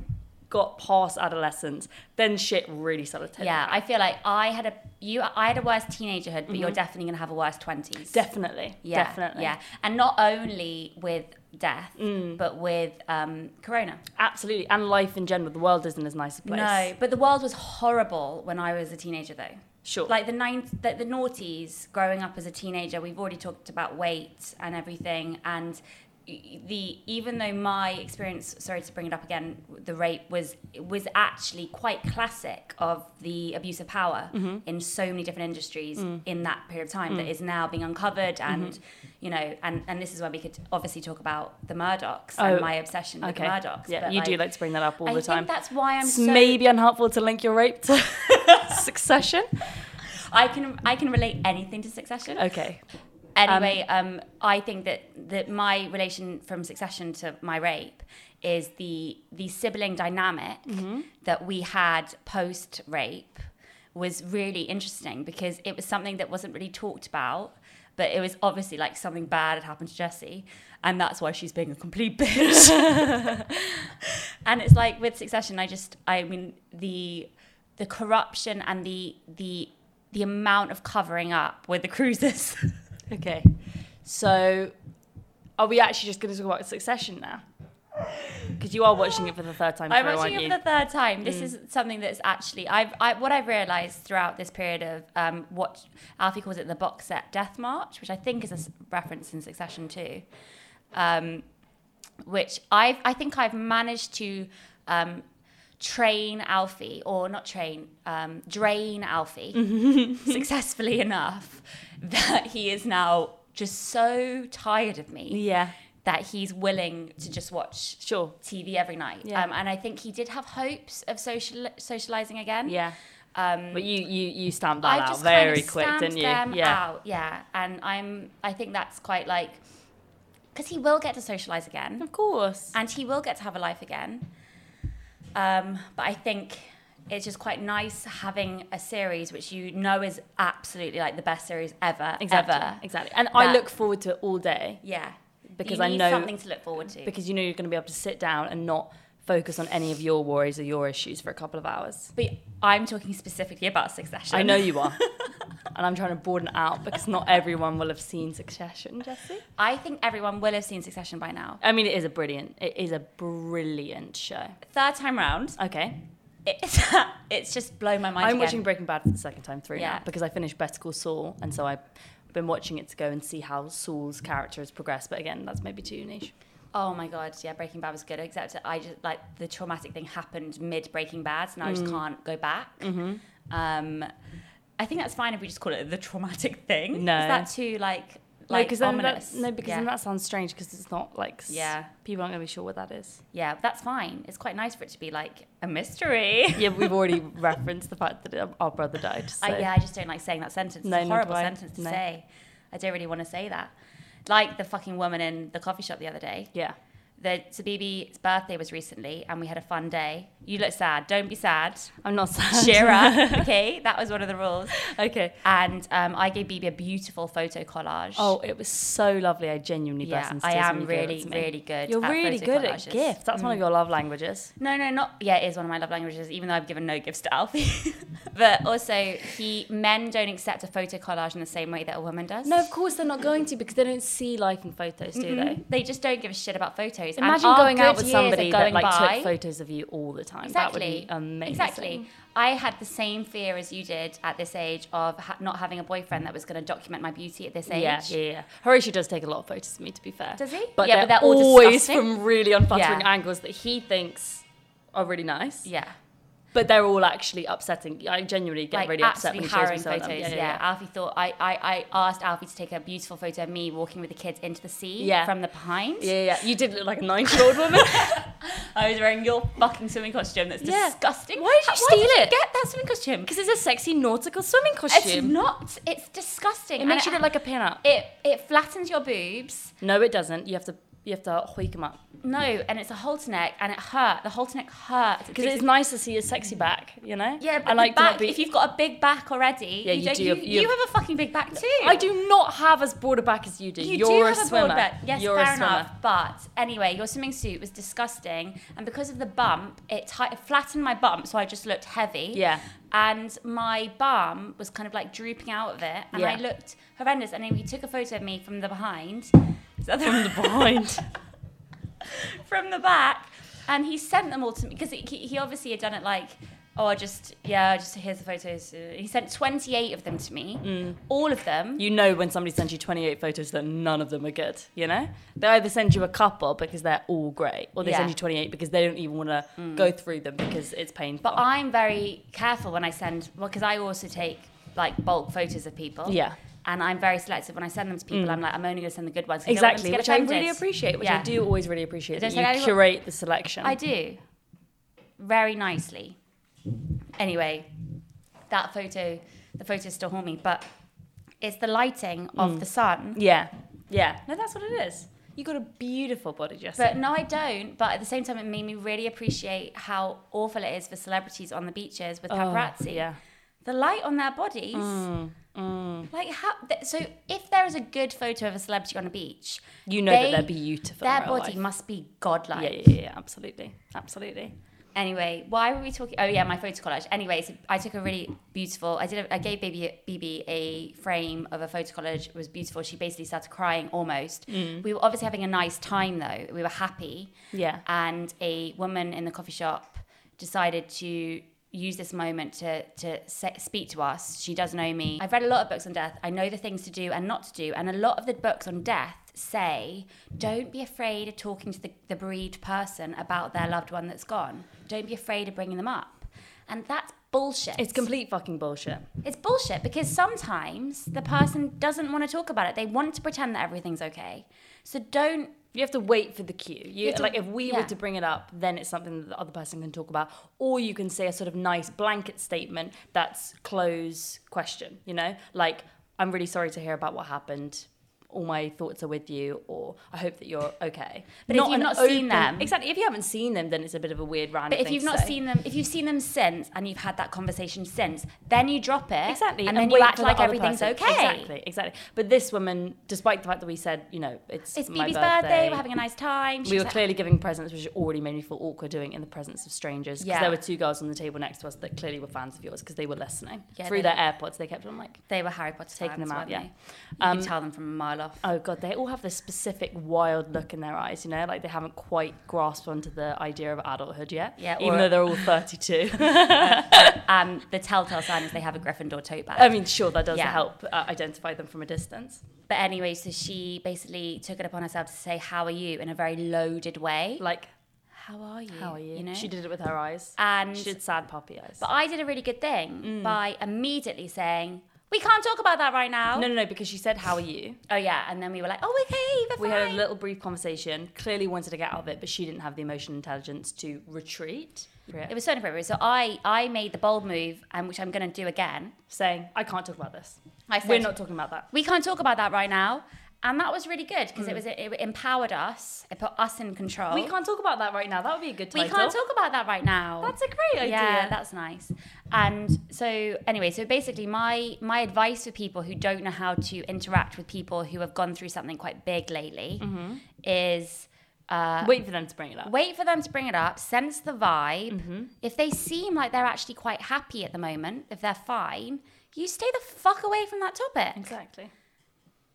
B: got past adolescence, then shit really started to
A: Yeah, I feel like I had a you I had a worse teenagerhood, but you're definitely gonna have a worse twenties.
B: Definitely.
A: yeah,
B: Mm-hmm. Definitely. Mm.
A: Yeah, and not only with death, but with um, Corona.
B: Absolutely. And life in general, the world isn't as nice a place.
A: No, but the world was horrible when I was a teenager, though.
B: Sure.
A: Like the nine, the, the noughties growing up as a teenager. We've already talked about weight and everything, and the even though my experience, sorry to bring it up again, the rape was was actually quite classic of the abuse of power
B: Mm-hmm.
A: in so many different industries
B: Mm.
A: in that period of time that is now being uncovered and.
B: Mm-hmm.
A: You know, and, and this is where we could obviously talk about the Murdochs and
B: Oh,
A: my obsession with
B: okay.
A: the Murdochs.
B: yeah,
A: but,
B: you do like to bring that up all
A: I
B: the time.
A: think that's why I'm
B: it's
A: so
B: maybe unhelpful to link your rape to (laughs) succession.
A: I can I can relate anything to Succession.
B: Okay.
A: Anyway, um, I think that that my relation from Succession to my rape is the the sibling dynamic that we had post rape was really interesting because it was something that wasn't really talked about. But it was obviously like something bad had happened to Jessie, and that's why she's being a complete (laughs) bitch. (laughs) and it's like with Succession, I just, I mean, the the corruption and the the the amount of covering up with the cruises.
B: Okay. So are we actually just going to talk about succession now? Because you are watching it for the third time
A: I'm
B: through,
A: watching
B: aren't
A: it
B: you? Mm.
A: for the third time. This is something that's actually I've I, what I've realised throughout this period of um, what Alfie calls it the box set death march, which I think is a s- reference in Succession too. Um, which I've I think I've managed to um, train Alfie or not train um, drain Alfie
B: (laughs)
A: successfully enough that he is now just so tired of me
B: yeah.
A: that he's willing to just watch
B: Sure.
A: TV every night.
B: Yeah.
A: Um, and I think he did have hopes of social socializing again.
B: Yeah.
A: Um,
B: But you you you stamped
A: I
B: that out
A: just
B: very
A: kind of
B: quick,
A: stamped
B: didn't you?
A: Them
B: yeah.
A: Out. Yeah. And I'm. I think that's quite like because he will get to socialize
B: (laughs)
A: again,
B: Of course.
A: and he will get to have a life again. Um, but I think. It's just quite nice having a series which you know is absolutely like the best series ever,
B: Exactly.
A: ever.
B: Exactly. And
A: That-
B: I look forward to it all day
A: Yeah,
B: because
A: you
B: I
A: need
B: know
A: something to look forward to.
B: because you know you're going to be able to sit down and not focus on any of your worries or your issues for a couple of hours.
A: But I'm talking specifically about Succession.
B: I know
A: (laughs)
B: you are. and I'm trying to broaden it out because not everyone will have seen Succession, Jesse.
A: I think everyone will have seen Succession by now.
B: I mean, it is a brilliant. It is a brilliant show.
A: Third time round,
B: Okay,
A: it's, (laughs) it's just blown my mind.
B: I'm
A: again.
B: watching Breaking Bad for the second time through
A: Yeah.
B: now because I finished Better Call Saul, and so I've been watching it to go and see how Saul's character has progressed. But again, that's maybe too niche.
A: Oh my god, yeah, Breaking Bad was good. Except I just like the traumatic thing happened mid Breaking Bad, so now I
B: Mm.
A: just can't go back. Um, I think that's fine if we just call it the traumatic (laughs) thing.
B: No.
A: is that too like like
B: because
A: ominous?
B: no, because
A: yeah.
B: then that sounds strange because it's not like s-
A: Yeah.
B: people aren't gonna be sure what that is.
A: yeah, that's fine. It's quite nice for it to be like a mystery.
B: Yeah, we've already referenced the fact that our- our brother died. So.
A: I, yeah, I just don't like saying that sentence.
B: No,
A: it's a
B: nor
A: horrible
B: do I.
A: sentence to
B: No.
A: say. I don't really want to say that. Like the fucking woman in the coffee shop the other day.
B: yeah.
A: The Sabibi's birthday was recently, and we had a fun day. You look sad. Don't be
B: (laughs)
A: sad.
B: I'm not sad. (laughs)
A: Cheer up. Okay, that was one of the rules.
B: okay.
A: And um, I gave Bibi a beautiful photo collage.
B: Oh, it was so lovely. I genuinely burst
A: yeah,
B: into
A: I
B: tears
A: am
B: when you gave it
A: really,
B: to me.
A: really good.
B: You're
A: at
B: really
A: photo
B: good
A: collages.
B: at Mm. gifts. That's one of your love languages.
A: No, no, not yeah. It is one of my love languages, even though I've given no gifts to Alfie. (laughs) but also, he men don't accept a photo collage in the same way that a woman does.
B: No, of course they're not going to because they don't see life in photos, do they?
A: Mm-mm. They just don't give a shit about photos. And
B: Mm-hmm. Imagine
A: our
B: going out
A: good
B: with
A: years are
B: somebody that
A: going
B: like
A: by.
B: took photos of you all the time.
A: Exactly.
B: That would be amazing.
A: Exactly. I had the same fear as you did at this age of ha- not having a boyfriend that was going to document my beauty at this age.
B: Yeah, yeah, yeah. Horatio does take a lot of photos of me, to be fair.
A: Does he?
B: But
A: Yeah,
B: they're,
A: but they're all
B: always
A: disgusting.
B: from really unflattering
A: Yeah.
B: angles that he thinks are really nice.
A: Yeah.
B: But they're all actually upsetting. I genuinely get
A: like
B: really upset
A: absolutely
B: when he shows me
A: harrowing
B: some of
A: photos.
B: them.
A: Yeah, Alfie thought I, I, I asked Alfie to take a beautiful photo of me walking with the kids into the sea
B: Yeah.
A: from the pines.
B: Yeah, yeah. You did look like a nine-year-old
A: (laughs)
B: woman.
A: I was wearing your fucking swimming costume. That's
B: Yeah.
A: disgusting.
B: Why did you
A: How-
B: steal
A: you
B: it?
A: Get that swimming costume.
B: Because it's a sexy nautical swimming costume.
A: It's not. It's disgusting.
B: it
A: and
B: makes you look like a pin-up.
A: it it flattens your boobs.
B: No, it doesn't. You have to you have to hoik them up
A: No, and it's a halter neck, and it hurt. The halter neck hurt
B: because it's nice to see a sexy back. You know.
A: yeah. But
B: I like
A: the
B: to
A: back,
B: not be.
A: if you've got a big back already,
B: Yeah,
A: you,
B: you
A: don't,
B: do.
A: You,
B: You-
A: you have a fucking big back too.
B: I do not have as broad a back as you do.
A: You
B: You're
A: do
B: a
A: have a
B: swimmer.
A: broad back. Yes,
B: You're
A: fair
B: a swimmer.
A: enough. But anyway, your swimming suit was disgusting, and because of the bump, it, ti- it flattened my bump, so I just looked heavy.
B: Yeah.
A: And my bum was kind of like drooping out of it, and
B: Yeah.
A: I looked horrendous. And then he took a photo of me from the behind, from
B: the behind.
A: (laughs) from the back, and he sent them all to me because he, he obviously had done it like. Oh, I just yeah, just here's the photos. Uh, He sent 28 of them to me, all of them.
B: Mm. You know when somebody sends you 28 photos that none of them are good, you know? They either send you a couple because they're all great, or they
A: Yeah.
B: send you 28 because they don't even want to go through them because it's painful.
A: But I'm very careful when I send, well, because I also take like bulk photos of people.
B: yeah, Mm.
A: And I'm very selective when I send them to people. I'm like, I'm only going to send the good ones. 'cause I don't want them
B: exactly, which
A: to
B: I
A: get
B: really
A: offended.
B: appreciate, which I
A: Yeah.
B: do always really appreciate.
A: Don't
B: That
A: say that
B: you
A: anymore.
B: curate the selection.
A: I do. Very nicely. Anyway, that photo, the photos still haunt me, but it's the lighting of
B: Mm.
A: the sun.
B: yeah, yeah. No, that's what it is. You got a beautiful body, Jessica.
A: But no, I don't. But at the same time, it made me really appreciate how awful it is for celebrities on the beaches with paparazzi.
B: Oh, yeah. Mm,
A: The light on their bodies. Like how? Th- so if there is a good photo of a celebrity on a beach,
B: You know
A: They-
B: that they're beautiful. in
A: their
B: real
A: body
B: life.
A: must be godlike.
B: Yeah, yeah, yeah, yeah, absolutely, absolutely.
A: Anyway, why were we talking? Oh yeah, my photo collage. Anyway, so I took a really beautiful. I did. A, I gave baby BB a frame of a photo collage. It was beautiful. She basically started crying almost. We were obviously having a nice time though. We were happy,
B: Yeah,
A: and a woman in the coffee shop decided to use this moment to to se- speak to us. She does know me. I've read a lot of books on death. I know the things to do and not to do, and a lot of the books on death say don't be afraid of talking to the, the bereaved person about their loved one that's gone. Don't be afraid of bringing them up, and that's bullshit.
B: it's complete fucking bullshit.
A: It's bullshit because sometimes the person doesn't want to talk about it. They want to pretend that everything's okay. So don't
B: You have to wait for the cue. You,
A: have to-
B: like if we were
A: yeah.
B: to bring it up, then it's something that the other person can talk about, or you can say a sort of nice blanket statement that's close question. You know, like I'm really sorry to hear about what happened. All my thoughts are with you, or I hope that you're okay.
A: But if you've
B: an
A: not seen them-
B: exactly. If you haven't seen them, then it's a bit of a weird random.
A: But if
B: thing
A: you've
B: to
A: not
B: say.
A: seen them, if you've seen them since and you've had that conversation since, then you drop it.
B: Exactly.
A: And, then
B: wait
A: you act
B: for the
A: like
B: other
A: everything's
B: person.
A: okay.
B: Exactly, exactly. But this woman, despite the fact that we said, you know, it's
A: It's
B: my
A: BB's birthday. we're having a nice time. She
B: we
A: was
B: were
A: like,
B: clearly giving presents, which already made me feel awkward doing it in the presence of strangers. Because
A: Yeah.
B: there were two girls on the table next to us that clearly were fans of yours because they were listening
A: Yeah,
B: through
A: they-
B: their AirPods. They kept on like,
A: they were Harry Potter
B: Taking
A: fans,
B: them out,
A: weren't
B: yeah.
A: they? You
B: Um,
A: can tell them from a mile off.
B: "Oh God!" They all have this specific wild look in their eyes, you know, like they haven't quite grasped onto the idea of adulthood yet.
A: Yeah,
B: even
A: or-
B: though they're all thirty-two. (laughs)
A: Um, the telltale sign is they have a Gryffindor tote bag.
B: I mean, sure, that does
A: Yeah.
B: help uh, identify them from a distance,
A: but anyway, so she basically took it upon herself to say, "How are you?" in a very loaded way.
B: like
A: How are you?
B: how are you?
A: You know.
B: She did it with her eyes.
A: and
B: she did sad puppy eyes.
A: but I did a really good thing by immediately saying, "We can't talk about that right now."
B: no, no, no, because she said, "How are you?"
A: Oh yeah, and then we were like, "Oh, okay, we're
B: We had a
A: fine."
B: little brief conversation. Clearly wanted to get out of it, but she didn't have the emotional intelligence to retreat.
A: It was so inappropriate. So I, I made the bold move, um, which I'm going to do again.
B: saying, "I can't talk about this.
A: I said,
B: We're not talking about that."
A: we can't talk about that right now. And that was really good because it was it empowered us. It put us in control.
B: Mm. We can't talk about that right now. That would be a good
A: We
B: title.
A: can't talk about that right now.
B: That's a great idea.
A: Yeah, that's nice. And so anyway, so basically my my advice for people who don't know how to interact with people who have gone through something quite big lately
B: Mm-hmm.
A: is uh,
B: Wait for them to bring it up.
A: wait for them to bring it up, sense the vibe.
B: Mm-hmm.
A: If they seem like they're actually quite happy at the moment, if they're fine, you stay the fuck away from that topic.
B: Exactly.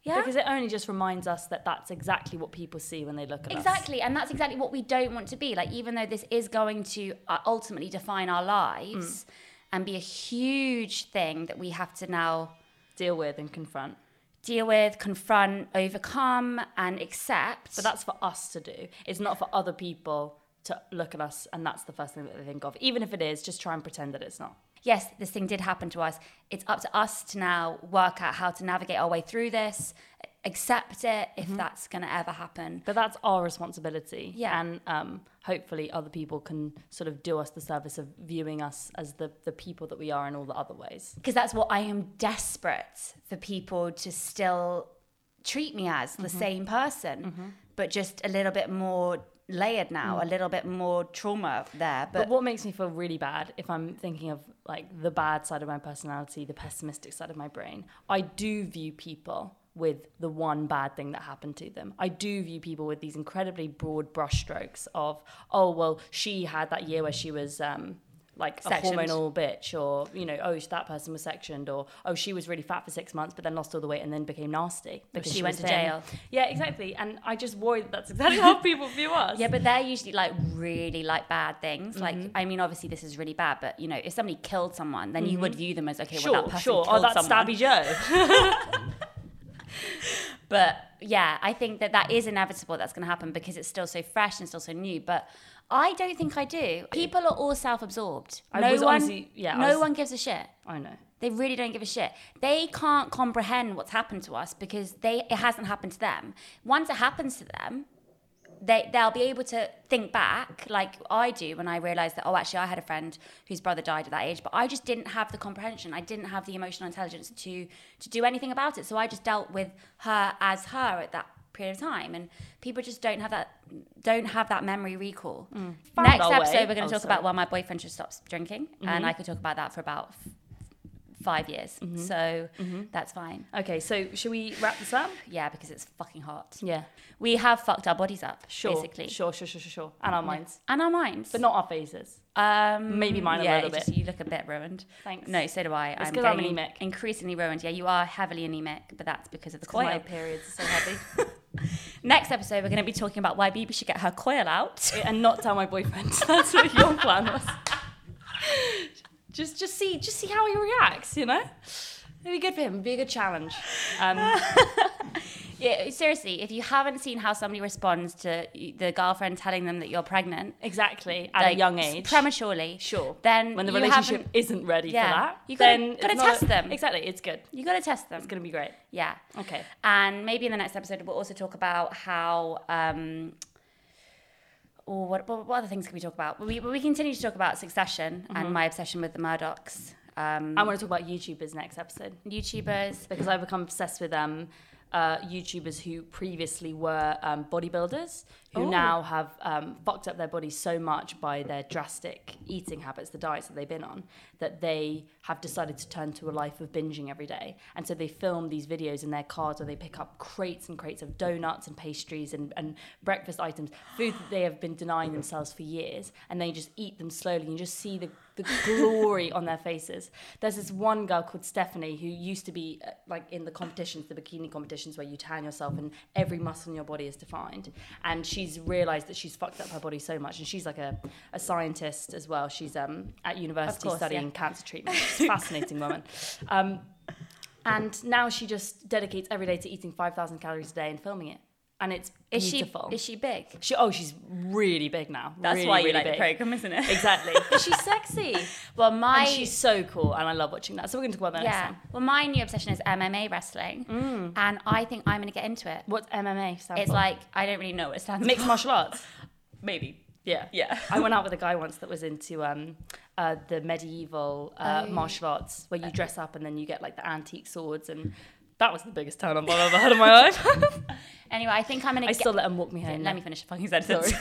A: Yeah.
B: Because it only just reminds us that that's exactly what people see when they look at us.
A: Exactly, and that's exactly what we don't want to be. Like, even though this is going to uh, ultimately define our
B: Mm.
A: lives and be a huge thing that we have to now
B: Deal with and confront.
A: deal with, confront, overcome, and accept.
B: But that's for us to do. It's not for other people to look at us, and that's the first thing that they think of. Even if it is, just try and pretend that it's not.
A: yes, this thing did happen to us. It's up to us to now work out how to navigate our way through this, accept it if that's going to ever happen.
B: But that's our responsibility.
A: Yeah.
B: And um, hopefully other people can sort of do us the service of viewing us as the, the people that we are in all the other ways.
A: Because that's what I am desperate for people to still treat me as the same person, but just a little bit more layered now, a little bit more trauma there.
B: But,
A: Mm. But,
B: what makes me feel really bad if I'm thinking of like the bad side of my personality, the pessimistic side of my brain, I do view people with the one bad thing that happened to them. I do view people with these incredibly broad brushstrokes of, oh well, she had that year where she was um, like
A: Sectioned.
B: a hormonal bitch, or you know, oh that person was sectioned, or oh she was really fat for six months but then lost all the weight and then became nasty because
A: she went
B: was
A: to jail.
B: Yeah, exactly. And I just worry that that's exactly how people view
A: (laughs)
B: us.
A: yeah, but they're usually like really like bad things. Like, I mean, obviously this is really bad, but you know, if somebody killed someone, then you would view them as okay, well that person
B: sure.
A: killed
B: Oh, that's
A: someone.
B: Stabby Joe.
A: But yeah, I think that that is inevitable. That's going to happen because it's still so fresh and still so new. But I don't think I do. People are all self-absorbed.
B: I
A: no
B: was
A: one,
B: honestly- yeah, I
A: no
B: was-
A: one gives a shit.
B: I know.
A: They really don't give a shit. They can't comprehend what's happened to us because they it hasn't happened to them. Once it happens to them, they they'll be able to think back like I do when I realized that oh actually I had a friend whose brother died at that age, but I just didn't have the comprehension. I didn't have the emotional intelligence to to do anything about it. So I just dealt with her as her at that period of time and people just don't have that don't have that memory recall.
B: Found
A: Next
B: our way
A: episode we're going to talk
B: also.
A: about why my boyfriend should stop drinking and I could talk about that for about f- 5 years.
B: Mm-hmm.
A: So that's fine.
B: Okay, so should we wrap this up?
A: Yeah, because it's fucking hot.
B: Yeah.
A: We have fucked our bodies up
B: Sure.
A: basically.
B: Sure, sure, sure, sure, sure. And our minds.
A: And our minds.
B: But not our faces.
A: Um,
B: Maybe mine a
A: yeah,
B: little
A: it just-
B: bit.
A: you look a bit ruined.
B: Thanks.
A: No, so do I. It's
B: 'cause I'm anemic.
A: Increasingly ruined. Yeah, you are heavily anemic, but that's because of the
B: 'Cause my
A: coil.
B: periods are so heavy.
A: Next episode, we're going to be talking about why Bibi should get her coil
B: (laughs)
A: out.
B: (laughs) and not tell my boyfriend. (laughs) That's what your plan was. just just see just see how he reacts, you know? It'd be good for him. It'd be a good challenge.
A: (laughs)
B: Um,
A: Yeah, seriously, if you haven't seen how somebody responds to y- the girlfriend telling them that you're pregnant
B: exactly. At
A: like,
B: a young
A: s-
B: age.
A: prematurely,
B: sure.
A: Then
B: when the
A: you
B: relationship
A: haven't-
B: isn't ready
A: Yeah.
B: for that,
A: You gotta-
B: then it's
A: gotta
B: not a-
A: test them.
B: Exactly. It's good.
A: you got to test them.
B: It's gonna be great.
A: Yeah.
B: Okay.
A: And maybe in the next episode, we'll also talk about how. Um, or what, what, what other things can we talk about? We, we continue to talk about Succession and my obsession with the Murdochs, um,
B: I want to talk about YouTubers next episode.
A: YouTubers.
B: because I've become obsessed with um, uh, YouTubers who previously were um, bodybuilders who
A: Ooh.
B: now have um, fucked up their bodies so much by their drastic eating habits, the diets that they've been on, that they have decided to turn to a life of binging every day. And so they film these videos in their cars where they pick up crates and crates of donuts and pastries and, and breakfast items, food that they have been denying themselves for years, and they just eat them slowly and just see the the glory on their faces. There's this one girl called Stephanie who used to be uh, like in the competitions, the bikini competitions where you tan yourself and every muscle in your body is defined. And she's realized that she's fucked up her body so much. And she's like a, a scientist as well. She's um, at university
A: course,
B: studying
A: yeah. (laughs)
B: cancer treatment. She's a fascinating woman. Um, and now she just dedicates every day to eating 5,000 calories a day and filming it. And it's
A: Is
B: beautiful.
A: she is she big?
B: She- oh, she's really big now.
A: That's
B: Really,
A: why you
B: really
A: like
B: big.
A: the program, isn't it?
B: Exactly. But (laughs) she's sexy.
A: (laughs) Well, my
B: And she's so cool, and I love watching that. So we're going to talk about that next
A: yeah.
B: time.
A: Well, my new obsession is MMA wrestling, and I think I'm going to get into it.
B: What's MMA stand
A: It's
B: for?
A: like I don't really know what it stands
B: mixed
A: for.
B: martial arts.
A: (laughs) Maybe.
B: (laughs) Yeah,
A: Yeah.
B: I went out with a guy once that was into um, uh, the medieval uh,
A: Oh.
B: martial arts, where you dress up and then you get like the antique swords, and that was the biggest turn on I've ever had in my (laughs) life.
A: Anyway, I think I'm going to.
B: I still let him walk me home. (laughs)
A: Let me finish the fucking sentence. (laughs)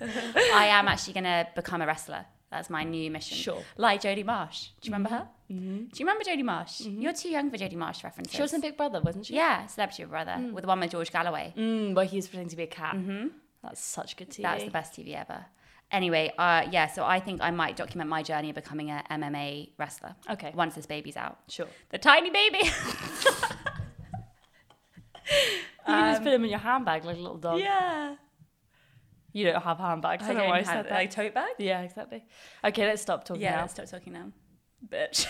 A: I am actually going to become a wrestler. That's my new mission.
B: Sure.
A: Like Jodie Marsh. Do you remember her? Mm-hmm. Do you remember Jodie Marsh? You're too young for Jodie Marsh references.
B: Mm-hmm. She was in Big Brother, wasn't she?
A: yeah, Celebrity Big Brother with the one with George Galloway.
B: Mm, where he was pretending to be a cat. Mm-hmm. That's such good TV.
A: That's the best TV ever. Anyway, uh, yeah, so I think I might document my journey of becoming a MMA wrestler.
B: Okay.
A: Once this baby's out.
B: Sure.
A: The tiny baby. (laughs)
B: You can just put him in your handbag like a little dog.
A: Um, yeah.
B: You don't have handbags. I, don't know why I said that. Oh,
A: tote bag?
B: Yeah, exactly. Okay, let's stop talking
A: Yeah,
B: now.
A: let's stop talking now. Bitch.